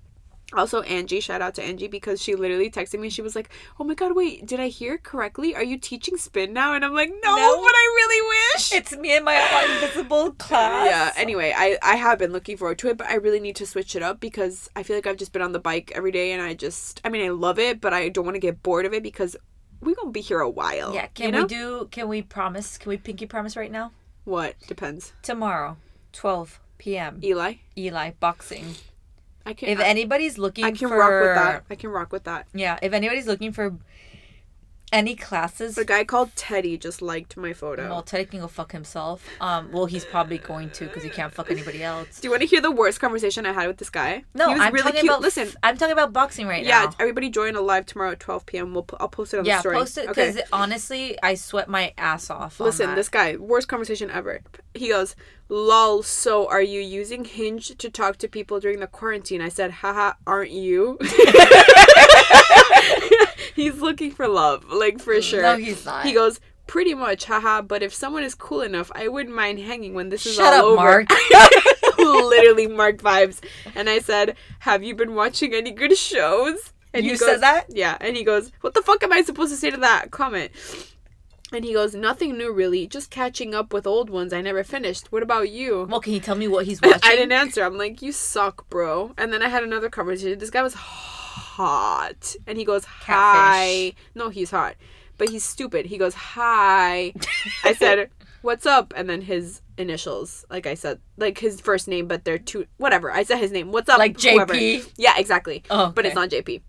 S1: also Angie, shout out to Angie because she literally texted me. She was like, "Oh my god, wait, did I hear correctly? Are you teaching spin now?" And I'm like, "No,
S2: No.
S1: but I really wish."
S2: It's me and my invisible class.
S1: yeah anyway i i have been looking forward to it but i really need to switch it up because i feel like i've just been on the bike every day and i just i mean i love it but i don't want to get bored of it because we're gonna be here a while
S2: Yeah. Can
S1: you know?
S2: we do? Can we promise? Can we pinky promise right now?
S1: what depends
S2: Tomorrow, twelve p.m.
S1: eli
S2: Eli boxing.
S1: i can
S2: If
S1: I,
S2: anybody's looking
S1: can
S2: for
S1: rock with that i can rock with that
S2: Yeah, if anybody's looking for any classes,
S1: the guy called teddy just liked my photo
S2: well, Teddy can go fuck himself. Um, well, he's probably going to because he can't fuck anybody else.
S1: do you want to hear the worst conversation i had with this guy
S2: No,
S1: he was
S2: I'm
S1: really
S2: talking
S1: cute
S2: about.
S1: listen
S2: I'm talking about boxing right
S1: yeah,
S2: now.
S1: everybody join a live tomorrow at 12 p.m. We'll, po- I'll post it on the
S2: Yeah,
S1: story.
S2: post it
S1: Okay.
S2: because honestly, I sweat my ass off. on
S1: Listen,
S2: that.
S1: this guy, worst conversation ever. He goes, "Lol, so are you using Hinge to talk to people during the quarantine?" I said, "Haha, aren't you?" he's looking for love, like for sure.
S2: No, he's not.
S1: He goes, "Pretty much, haha, but if someone is cool enough, I wouldn't mind hanging when this is
S2: Shut up,
S1: all over."
S2: Mark.
S1: Literally Mark vibes. And I said, "Have you been watching any good shows?" And
S2: You said that?
S1: Yeah, and he goes, "What the fuck am I supposed to say to that comment?" And he goes, Nothing new really, just catching up with old ones I never finished. What about you?
S2: Well, can you tell me what he's watching?
S1: I didn't answer. I'm like, You suck, bro. And then I had another conversation. This guy was hot. And he goes, Hi. No, he's hot. But he's stupid. He goes, Hi. I said, What's up? And then his initials, like I said, like his first name, but they're two, whatever. I said his name. What's up?
S2: Like
S1: whoever.
S2: JP?
S1: Yeah, exactly.
S2: Oh,
S1: But
S2: okay.
S1: it's not JP.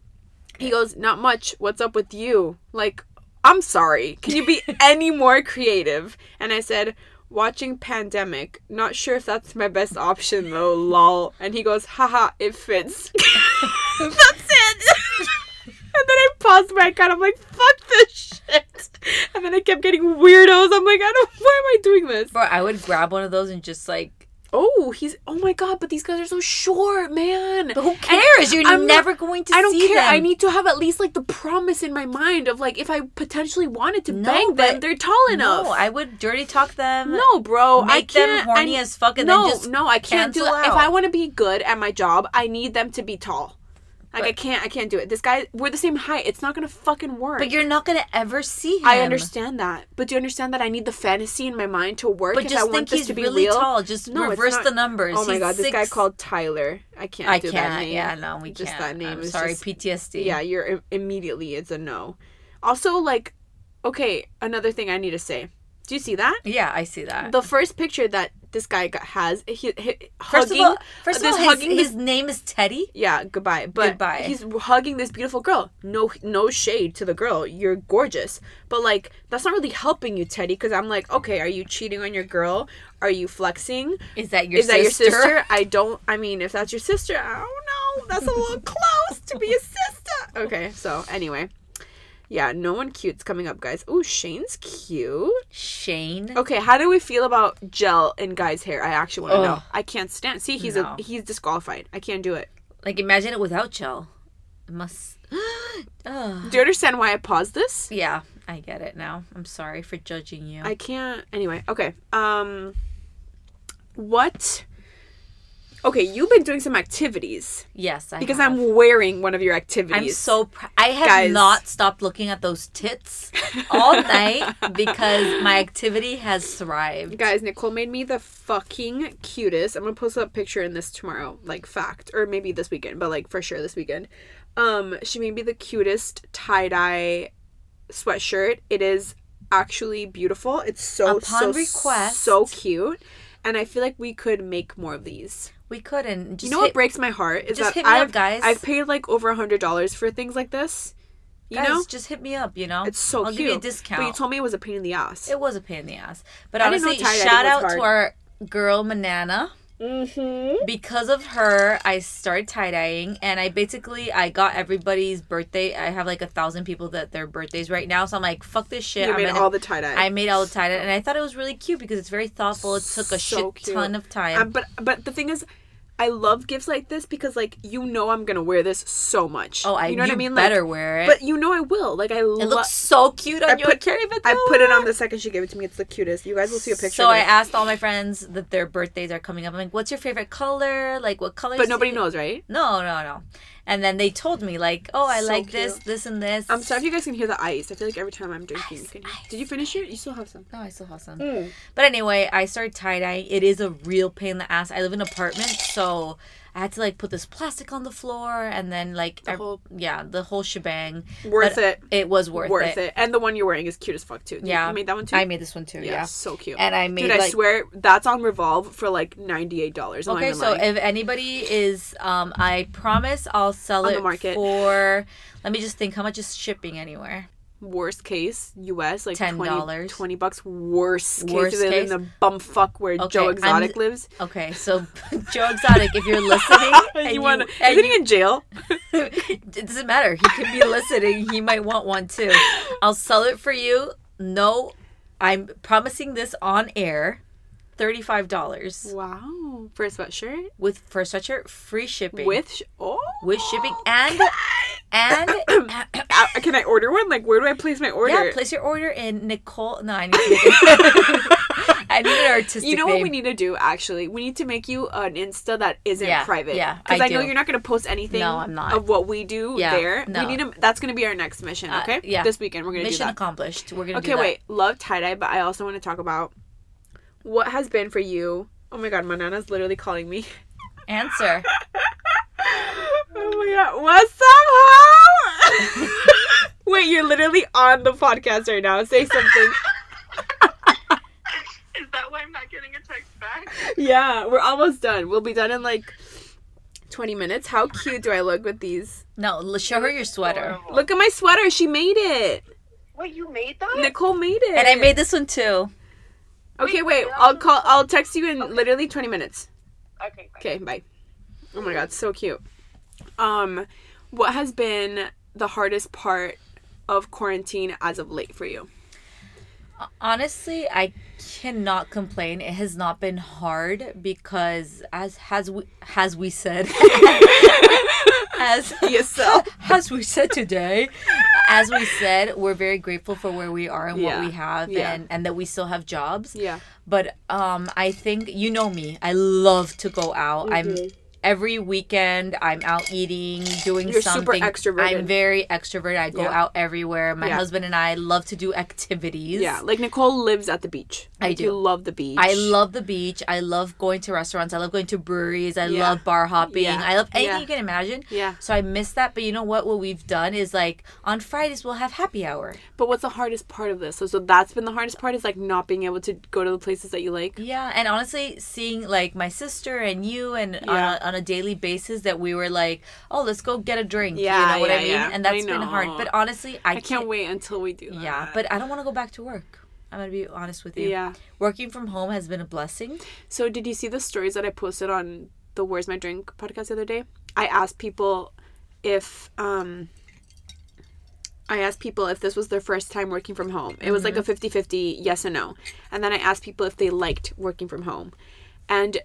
S1: He goes, Not much. What's up with you? Like, I'm sorry. Can you be any more creative? And I said, Watching Pandemic. Not sure if that's my best option though, lol. And he goes, Haha, it fits. that's it. And then I paused my account. I'm like, fuck this shit. And then I kept getting weirdos. I'm like, I don't. Why am I doing this?
S2: Bro, I would grab one of those and just like.
S1: Oh, he's. Oh my god! But these guys are so short, man.
S2: But who cares? You're
S1: I'm not-
S2: never going to.
S1: I don't
S2: see
S1: care. I
S2: them.
S1: need to have at least like the promise in my mind of like if I potentially wanted to
S2: No,
S1: bang them,
S2: but-
S1: they're tall enough.
S2: No, I would dirty talk them.
S1: No, bro. I
S2: Make them
S1: can't.
S2: horny
S1: I,
S2: as fuck and then
S1: no,
S2: just
S1: no, I can't do
S2: cancel
S1: that. If
S2: out.
S1: I want to be good at my job, I need them to be tall. Like I can't I can't do it. This guy we're the same height. It's not gonna fucking work.
S2: But you're not gonna ever see him.
S1: I understand that. But do you understand that I need the fantasy in my mind to work
S2: But
S1: if I
S2: just
S1: want
S2: think
S1: this
S2: he's
S1: to be
S2: really
S1: real?
S2: tall. Just
S1: No, it's
S2: reverse
S1: not-
S2: the numbers.
S1: Oh my
S2: He's
S1: god, this guy
S2: six-
S1: called Tyler. I can't
S2: I
S1: do
S2: can't.
S1: that name.
S2: Yeah, no, we
S1: Just
S2: can't.
S1: that name
S2: I'm
S1: is
S2: sorry,
S1: just-
S2: PTSD.
S1: Yeah, you're im- immediately it's a no. Also like okay, another thing I need to say. Do you see that?
S2: Yeah, I see that.
S1: The first picture that this guy got, has he, he
S2: first
S1: hugging
S2: of all, first of
S1: this
S2: all, his,
S1: hugging this
S2: his name is Teddy.
S1: yeah, goodbye. But
S2: Goodbye.
S1: he's hugging this beautiful girl. No no shade to the girl. You're gorgeous. But like that's not really helping you, Teddy, cuz I'm like, okay, are you cheating on your girl? Are you flexing?
S2: Is that your
S1: Is
S2: sister?
S1: that your sister? I don't I mean, if that's your sister, I don't know. That's a little close to be a sister. Okay, so anyway. Yeah, no one cute's coming up, guys. Oh, Shane's cute.
S2: Shane.
S1: Okay, how do we feel about gel in guys' hair? I actually want to know.
S2: Ugh.
S1: I can't stand. See, he's
S2: No.
S1: a he's disqualified. I can't do it.
S2: Like imagine it without gel. It must. Ugh.
S1: Do you understand why I paused this?
S2: yeah, I get it now. I'm sorry for judging you.
S1: I can't. Anyway, okay. Um, what? Okay, you've been doing some activities
S2: yes, I
S1: because
S2: have.
S1: I'm wearing one of your activities.
S2: I'm so pr- I have
S1: Guys.
S2: not stopped looking at those tits all night because my activity has thrived.
S1: guys. Nicole made me the fucking cutest. I'm gonna post a picture in this tomorrow, like fact, or maybe this weekend, but like for sure this weekend. Um, she made me the cutest tie dye sweatshirt. It is actually beautiful. It's so
S2: Upon
S1: so,
S2: request.
S1: so cute, and I feel like we could make more of these.
S2: We couldn't. Just
S1: You know what
S2: hit-
S1: breaks my heart is
S2: just
S1: that
S2: hit me up,
S1: I've
S2: guys.
S1: I've paid like over a hundred dollars for things like this. You
S2: guys,
S1: know,
S2: just hit me up. You know,
S1: it's so
S2: I'll
S1: cute.
S2: give you a discount.
S1: But you told me it was a pain in the ass.
S2: it was a pain in the ass, but
S1: I didn't know
S2: honestly,
S1: tie-dye
S2: shout
S1: was
S2: out
S1: hard.
S2: to our girl Manana.
S1: mm-hmm.
S2: because of her i started tie-dyeing and i basically i got everybody's birthday i have like a thousand people that their birthdays right now so i'm like fuck this shit
S1: You
S2: I'm
S1: made
S2: gonna-
S1: all the tie dye.
S2: i made all the tie-dye and i thought it was really cute because it's very thoughtful it took a
S1: So
S2: shit
S1: cute.
S2: ton of time
S1: Um, but but the thing is, I love gifts like this because like you know I'm gonna wear this so much.
S2: oh i
S1: you know what I mean. Like,
S2: better wear it
S1: But you know I will. Like I
S2: it
S1: love.
S2: looks so cute on
S1: I
S2: your
S1: put
S2: carry video.
S1: I put it on the second she gave it to me. It's the cutest. You guys will see a picture.
S2: so
S1: of
S2: I
S1: it.
S2: asked all my friends that their birthdays are coming up. I'm like, "What's your favorite color? Like, what color?"
S1: But nobody knows, right?
S2: No, no, no. And then they told me, like, "Oh, I
S1: So
S2: like
S1: cute.
S2: this, this, and this."
S1: I'm sorry if you guys can hear the ice. I feel like every time I'm drinking, you can hear. Did you finish it? You still have some.
S2: No, I still have some.
S1: Mm.
S2: But anyway, I started tie dyeing. It is a real pain in the ass. I live in an apartment, so I had to like put this plastic on the floor and then like ev-
S1: whole-
S2: yeah, the whole shebang.
S1: Worth
S2: But
S1: it.
S2: It was worth,
S1: worth
S2: it.
S1: it. And the one you're wearing is cute as fuck too. You-
S2: Yeah,
S1: you made that one too.
S2: I made this one too.
S1: yeah,
S2: Yeah.
S1: so cute.
S2: And I made
S1: Dude, I
S2: like
S1: swear that's on Revolve for like ninety eight dollars.
S2: okay. So if anybody is, um, I promise I'll sell
S1: On the
S2: it
S1: market.
S2: for. Let me just think. How much is shipping anywhere?
S1: worst case U.S. like
S2: $10.
S1: 20, 20 bucks. Worst,
S2: Worst
S1: case, than
S2: case.
S1: in the bumfuck where
S2: Okay,
S1: Joe
S2: I'm-
S1: Exotic lives.
S2: Okay, so Joe Exotic, if you're listening, and
S1: you
S2: you-
S1: want?
S2: and
S1: Isn't he in jail?
S2: it doesn't matter. He could be listening. He might want one too. I'll sell it for you. No, I'm promising this on air. Thirty-five dollars
S1: wow, for a sweatshirt
S2: with for a sweatshirt, free shipping
S1: with sh- oh
S2: with shipping and and
S1: Uh, can I order one? Like, where do I place my order?
S2: yeah. Place your order in Nicole. No, I need to. Make I need an artistic.
S1: You know what
S2: name.
S1: we need to do actually? We need to make you an Insta that isn't
S2: Yeah,
S1: private.
S2: yeah,
S1: Because I,
S2: I
S1: know
S2: do.
S1: you're not gonna post anything
S2: No, I'm not.
S1: of what we do
S2: Yeah,
S1: there.
S2: no.
S1: We need to that's gonna be our next mission,
S2: Uh,
S1: okay?
S2: yeah.
S1: This weekend we're gonna
S2: Mission
S1: do that.
S2: accomplished. We're gonna.
S1: Okay, wait. Love tie dye, but I also want to talk about what has been for you. Oh my god, my nana's literally calling me.
S2: Answer.
S1: Oh my god. What's up, ho? wait, you're literally on the podcast right now. Say something.
S3: Is that why I'm not getting a text back?
S1: yeah, we're almost done. We'll be done in like 20 minutes. How cute do I look with these?
S2: No, l- show her your sweater.
S3: Horrible.
S1: Look at my sweater. She made it.
S3: Wait, you made that?
S1: Nicole made it.
S2: And I made this one too.
S1: Okay, wait. I'll call. I'll text you in literally twenty minutes.
S3: okay, bye.
S1: Okay, bye. Oh my god, so cute. Um, what has been the hardest part of quarantine as of late for you?
S2: honestly i cannot complain it has not been hard because as has we has we said as
S1: Yourself.
S2: as we said today as we said we're very grateful for where we are and
S1: Yeah.
S2: what we have
S1: Yeah.
S2: and and that we still have jobs
S1: Yeah.
S2: but um i think you know me i love to go out i'm every weekend I'm out eating, doing
S1: You're super
S2: something.
S1: extroverted.
S2: I'm very extroverted. I go
S1: Yeah.
S2: out everywhere. My
S1: Yeah.
S2: husband and I love to do activities.
S1: Yeah, like Nicole lives at the beach.
S2: I
S1: Like,
S2: do.
S1: You love the beach.
S2: I love the beach. I love going to restaurants. I love going to breweries. I
S1: Yeah.
S2: love bar hopping.
S1: Yeah.
S2: I love anything
S1: Yeah.
S2: you can imagine.
S1: Yeah.
S2: So I miss that. But you know what? What we've done is like on Fridays we'll have happy hour.
S1: But what's the hardest part of this? So, so that's been the hardest part is like not being able to go to the places that you like.
S2: Yeah, and honestly, seeing like my sister and you and
S1: Yeah.
S2: on, a, on a daily basis that we were like, oh, let's go get a drink.
S1: Yeah,
S2: you know what
S1: yeah,
S2: I mean.
S1: yeah.
S2: And
S1: I
S2: that's been hard.
S1: know.
S2: But honestly, I,
S1: I can't wait until we do that.
S2: Yeah, but I don't want to go back to work. I'm gonna be honest with you.
S1: Yeah.
S2: Working from home has been a blessing.
S1: So did you see the stories that I posted on the Where's My Drink podcast the other day? I asked people if um I asked people if this was their first time working from home. It was like
S2: Mm-hmm.
S1: a 50-50 yes and no. And then I asked people if they liked working from home. And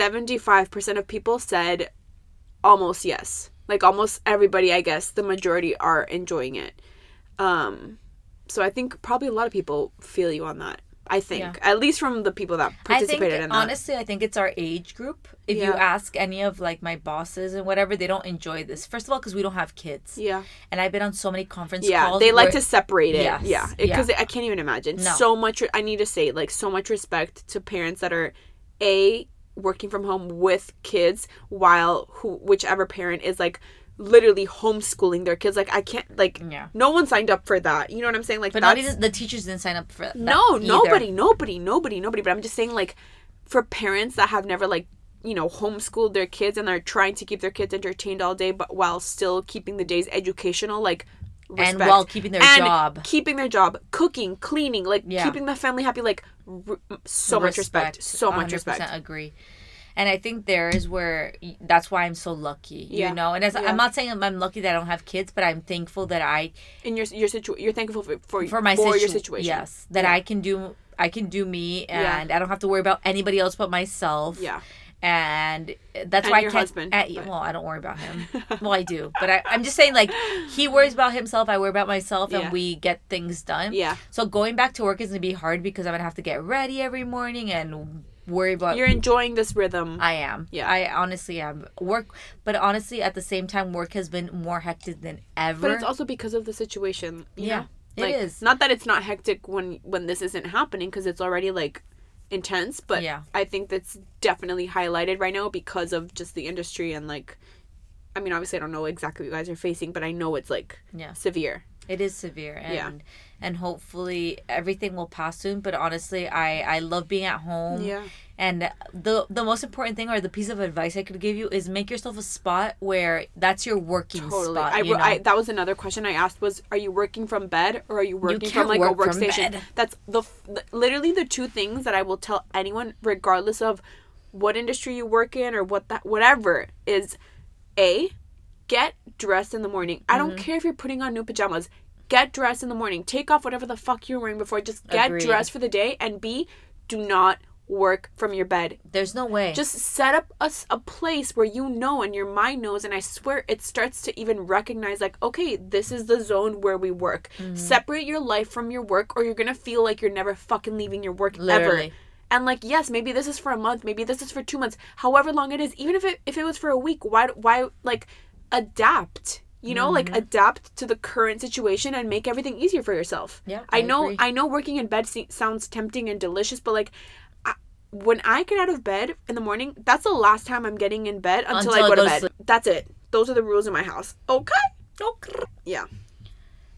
S1: 75% of people said almost yes. Like almost everybody, I guess, the majority are enjoying it. Um so I think probably a lot of people feel you on that. I think. At least from the people that
S2: I think
S1: participated in that.
S2: honestly, I think it's our age group. If you
S1: Yeah.
S2: ask any of like my bosses and whatever, they don't enjoy this. First of all, because we don't have kids.
S1: Yeah.
S2: And I've been on so many conference
S1: Yeah,
S2: calls.
S1: they like
S2: where-
S1: to separate it.
S2: Yes,
S1: Yeah,
S2: yeah.
S1: because I can't even imagine.
S2: No.
S1: So much. I need to say like so much respect to parents that are a working from home with kids while who whichever parent is like literally homeschooling their kids. Like I can't like
S2: Yeah.
S1: no one signed up for that. You know what I'm saying? Like
S2: But not
S1: that's
S2: even the teachers didn't sign up for that.
S1: no
S2: either.
S1: nobody nobody nobody nobody. But I'm just saying like for parents that have never like you know homeschooled their kids and are trying to keep their kids entertained all day but while still keeping the days educational like.
S2: And
S1: Respect
S2: while keeping their
S1: and
S2: job.
S1: keeping their job, cooking, cleaning, like
S2: Yeah.
S1: keeping the family happy, like r- so much respect, so much
S2: 100%
S1: respect.
S2: Agree. And I think there is where y- that's why I'm so lucky,
S1: Yeah.
S2: you know. And as
S1: Yeah.
S2: I'm not saying I'm- I'm lucky that I don't have kids, but I'm thankful that I
S1: In your your situation, you're thankful for for,
S2: for my
S1: your
S2: situ-
S1: situation.
S2: Yes, that I can do. I can do me,
S1: Yeah.
S2: and I don't have to worry about anybody else but myself.
S1: Yeah.
S2: and that's
S1: And
S2: why
S1: your
S2: I can't.
S1: husband,
S2: eh,
S1: but-
S2: Well, I don't worry about him. well, I do, but I, I'm just saying, like he worries about himself. I worry about myself,
S1: Yeah.
S2: and we get things done.
S1: Yeah.
S2: So going back to work is gonna be hard because I'm gonna have to get ready every morning and worry about
S1: You're enjoying this rhythm.
S2: I am.
S1: Yeah.
S2: I honestly am. Work, but honestly, at the same time, work has been more hectic than ever.
S1: but it's also because of the situation. you
S2: Yeah,
S1: know?
S2: it
S1: Like,
S2: is.
S1: Not that it's not hectic when when this isn't happening because it's already like intense, but
S2: Yeah.
S1: I think that's definitely highlighted right now because of just the industry and like. I mean, obviously, I don't know exactly what you guys are facing, but I know it's like
S2: Yeah.
S1: severe.
S2: It is severe, and
S1: Yeah.
S2: and hopefully everything will pass soon. But honestly, I I love being at home.
S1: Yeah.
S2: And the the most important thing, or the piece of advice I could give you, is make yourself a spot where that's your working
S1: Totally.
S2: spot.
S1: I,
S2: you know?
S1: I that was another question I asked was are you working from bed or are you working
S2: can't
S1: from like
S2: work
S1: a
S2: from
S1: workstation?
S2: bed.
S1: That's the f- the- literally the two things that I will tell anyone regardless of what industry you work in or what that whatever is a get dressed in the morning. I
S2: Mm-hmm.
S1: don't care if you're putting on new pajamas. Get dressed in the morning. Take off whatever the fuck you're wearing before. Just get
S2: Agreed.
S1: dressed for the day and B do not work from your bed
S2: There's no way.
S1: just set up a, s- a place where you know and your mind knows and i swear it starts to even recognize like okay this is the zone where we work
S2: Mm-hmm.
S1: separate your life from your work or you're gonna feel like you're never fucking leaving your work ever
S2: Literally.
S1: and like yes maybe this is for a month maybe this is for two months however long it is even if it if it was for a week why why like adapt you know like
S2: Mm-hmm.
S1: adapt to the current situation and make everything easier for yourself
S2: Yeah,
S1: i,
S2: I
S1: know
S2: agree.
S1: i know working in bed se- sounds tempting and delicious but like I, when i get out of bed in the morning that's the last time i'm getting in bed until, i
S2: Until
S1: go
S2: I
S1: to
S2: go to
S1: bed
S2: sleep.
S1: that's it those are the rules in my house okay yeah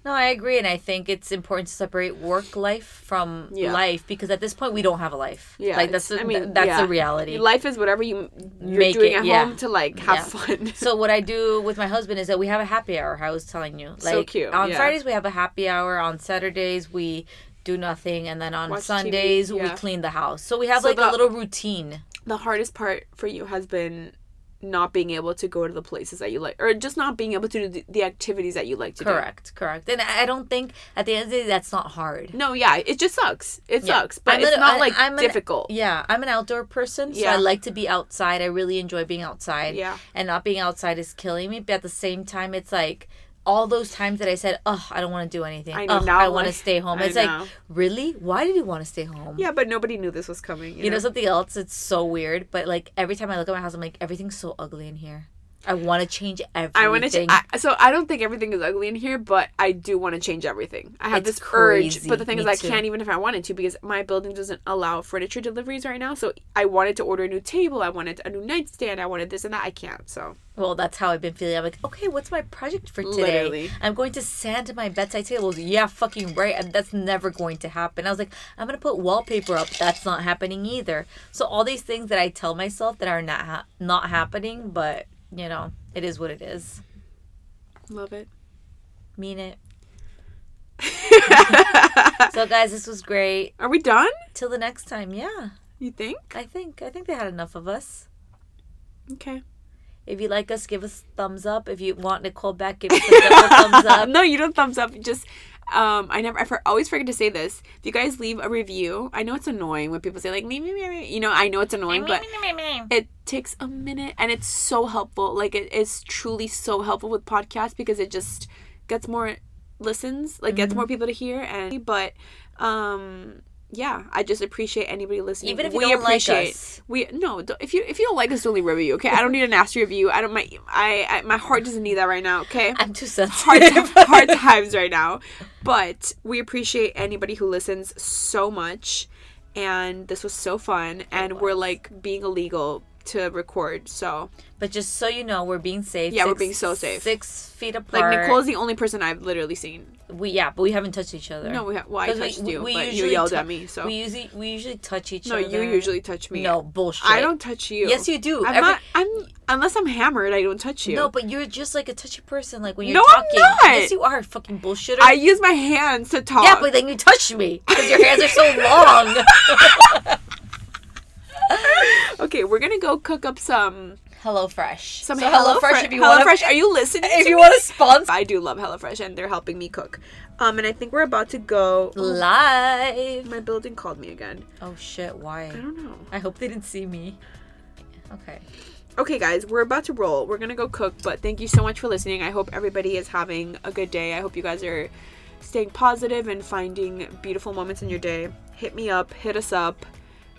S2: No, I agree, and I think it's important to separate work life from
S1: Yeah.
S2: life because at this point we don't have a life.
S1: yeah
S2: like that's
S1: it's-
S2: the, that's
S1: yeah.
S2: the reality.
S1: life is whatever you you're
S2: Make
S1: doing
S2: it,
S1: at
S2: yeah.
S1: home to like have
S2: Yeah.
S1: fun
S2: so what I do with my husband is that we have a happy hour. I was telling you, like
S1: So cute,
S2: on
S1: yeah.
S2: Fridays we have a happy hour. On Saturdays we do nothing, and then on
S1: Watch TV,
S2: Sundays we
S1: yeah.
S2: clean the house. So we have
S1: So
S2: like
S1: the-
S2: a little routine.
S1: the hardest part for you has been not being able to go to the places that you like or just not being able to do the, the activities that you like to
S2: Correct, correct. And I I don't think at the end of the day that's not hard.
S1: do. No, yeah, it just sucks. It sucks, but
S2: I'm
S1: it's
S2: an-
S1: not
S2: I-
S1: like
S2: I'm an-
S1: difficult.
S2: yeah, I'm an outdoor person, so
S1: Yeah.
S2: I like to be outside. I really enjoy being outside.
S1: Yeah.
S2: And not being outside is killing me, but at the same time, it's like all those times that I said, "Oh, I don't want to do anything.
S1: I
S2: I,
S1: know, now
S2: I want to
S1: what?"
S2: stay home."
S1: I
S2: It's
S1: know.
S2: like, really? Why did you want to stay home?
S1: Yeah, but nobody knew this was coming. You,
S2: You know something else? It's so weird, but like every time I look at my house, I'm like, everything's so ugly in here. I want to change everything.
S1: I want to. I so I don't think everything is ugly in here, but I do want to change everything. I have
S2: It's
S1: this urge,
S2: crazy.
S1: but the thing
S2: Me
S1: is, I
S2: too.
S1: can't even if I wanted to because my building doesn't allow furniture deliveries right now. So I wanted to order a new table. I wanted a new nightstand. I wanted this and that. I can't. So
S2: Well, that's how I've been feeling. I'm like, okay, what's my project for today?
S1: Literally.
S2: I'm going to sand my bedside tables. Yeah, fucking right. And that's never going to happen. I was like, I'm gonna put wallpaper up. That's not happening either. So all these things that I tell myself that are not ha- not happening, but you know, it is what it is.
S1: love it.
S2: Mean it. so guys, this was great.
S1: Are we done?
S2: Till the next time. Yeah,
S1: You think?
S2: I think I think they had enough of us.
S1: Okay.
S2: If you like us, give us thumbs up. If you want Nicole back, give us a double thumbs up.
S1: Um, no, you don't thumbs up. you Just um, I never. I for, always forget to say this. If you guys leave a review, I know it's annoying when people say like me me me me. You know, I know it's annoying, but it takes a minute and it's so helpful. Like it is truly so helpful with podcasts because it just gets more listens, like
S2: Mm-hmm.
S1: gets more people to hear. And but um, yeah, I just appreciate anybody listening.
S2: Even if you don't like us.
S1: We no, don't, if you if you don't like us, don't leave a review. Okay, I don't need a nasty review. I don't my I, I my heart doesn't need that right now. Okay
S2: I'm too
S1: hard,
S2: sensitive.
S1: ti- hard times right now. But we appreciate anybody who listens so much. And this was so fun. And we're like being illegal to record. So,
S2: But just so you know, we're being safe.
S1: Yeah, we're being so safe.
S2: Six feet
S1: like,
S2: apart.
S1: Nicole's the only person I've literally seen.
S2: we yeah, but we haven't touched each other.
S1: No, we ha- well, I
S2: 'Cause
S1: touched you, but you
S2: usually
S1: yelled
S2: tou-
S1: at me. So,
S2: we usually we usually touch each
S1: no,
S2: other.
S1: you usually touch me.
S2: No bullshit.
S1: I don't touch you.
S2: Yes, you do.
S1: I'm
S2: Every-
S1: not. I'm unless I'm hammered. I don't touch you.
S2: No, but you're just like a touchy person. Like when you're
S1: No, I'm
S2: talking.
S1: not.
S2: Yes, you are fucking bullshitter.
S1: I use my hands to talk.
S2: yeah, but then you touch me because your hands are so long.
S1: okay, we're gonna go cook up some
S2: Hello Fresh.
S1: some
S2: so
S1: Hello,
S2: Hello Fresh. If you
S1: Hello
S2: want,
S1: Fresh, are you listening?
S2: if
S1: to
S2: you
S1: me?
S2: want to sponsor
S1: I do love HelloFresh and they're helping me cook. Um, and I think we're about to go.
S2: live.
S1: My building called me again.
S2: Oh shit! Why?
S1: I don't know.
S2: I hope they didn't see me. Okay.
S1: Okay, guys, we're about to roll. We're gonna go cook, but thank you so much for listening. I hope everybody is having a good day. I hope you guys are staying positive and finding beautiful moments in your day. Hit me up, hit us up.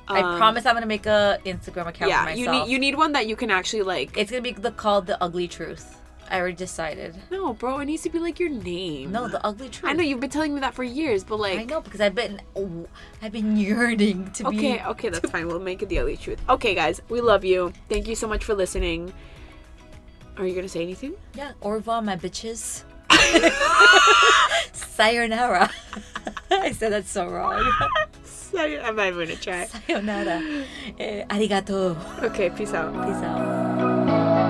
S2: I
S1: Um,
S2: promise I'm gonna make a Instagram account
S1: Yeah,
S2: for myself.
S1: you need you need one that you can actually like.
S2: It's gonna be the called the ugly truth. I already decided.
S1: no, bro, it needs to be like your name.
S2: No, the ugly truth.
S1: I know you've been telling me that for years, but like,
S2: I know because I've been, oh, I've been yearning to be.
S1: Okay, okay, that's fine. We'll make it the ugly truth. Okay, guys, we love you. Thank you so much for listening. Are you gonna say anything?
S2: Yeah, au revoir, my bitches. Sayonara. I said that so wrong.
S1: Sorry, I'm not even gonna try.
S2: Sayonara. Eh, arigato.
S1: Okay, peace out.
S2: Peace out.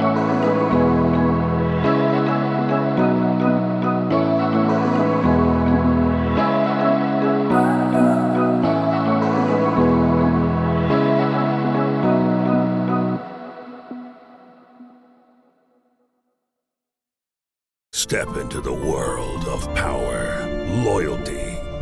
S4: Step into the world of power, loyalty,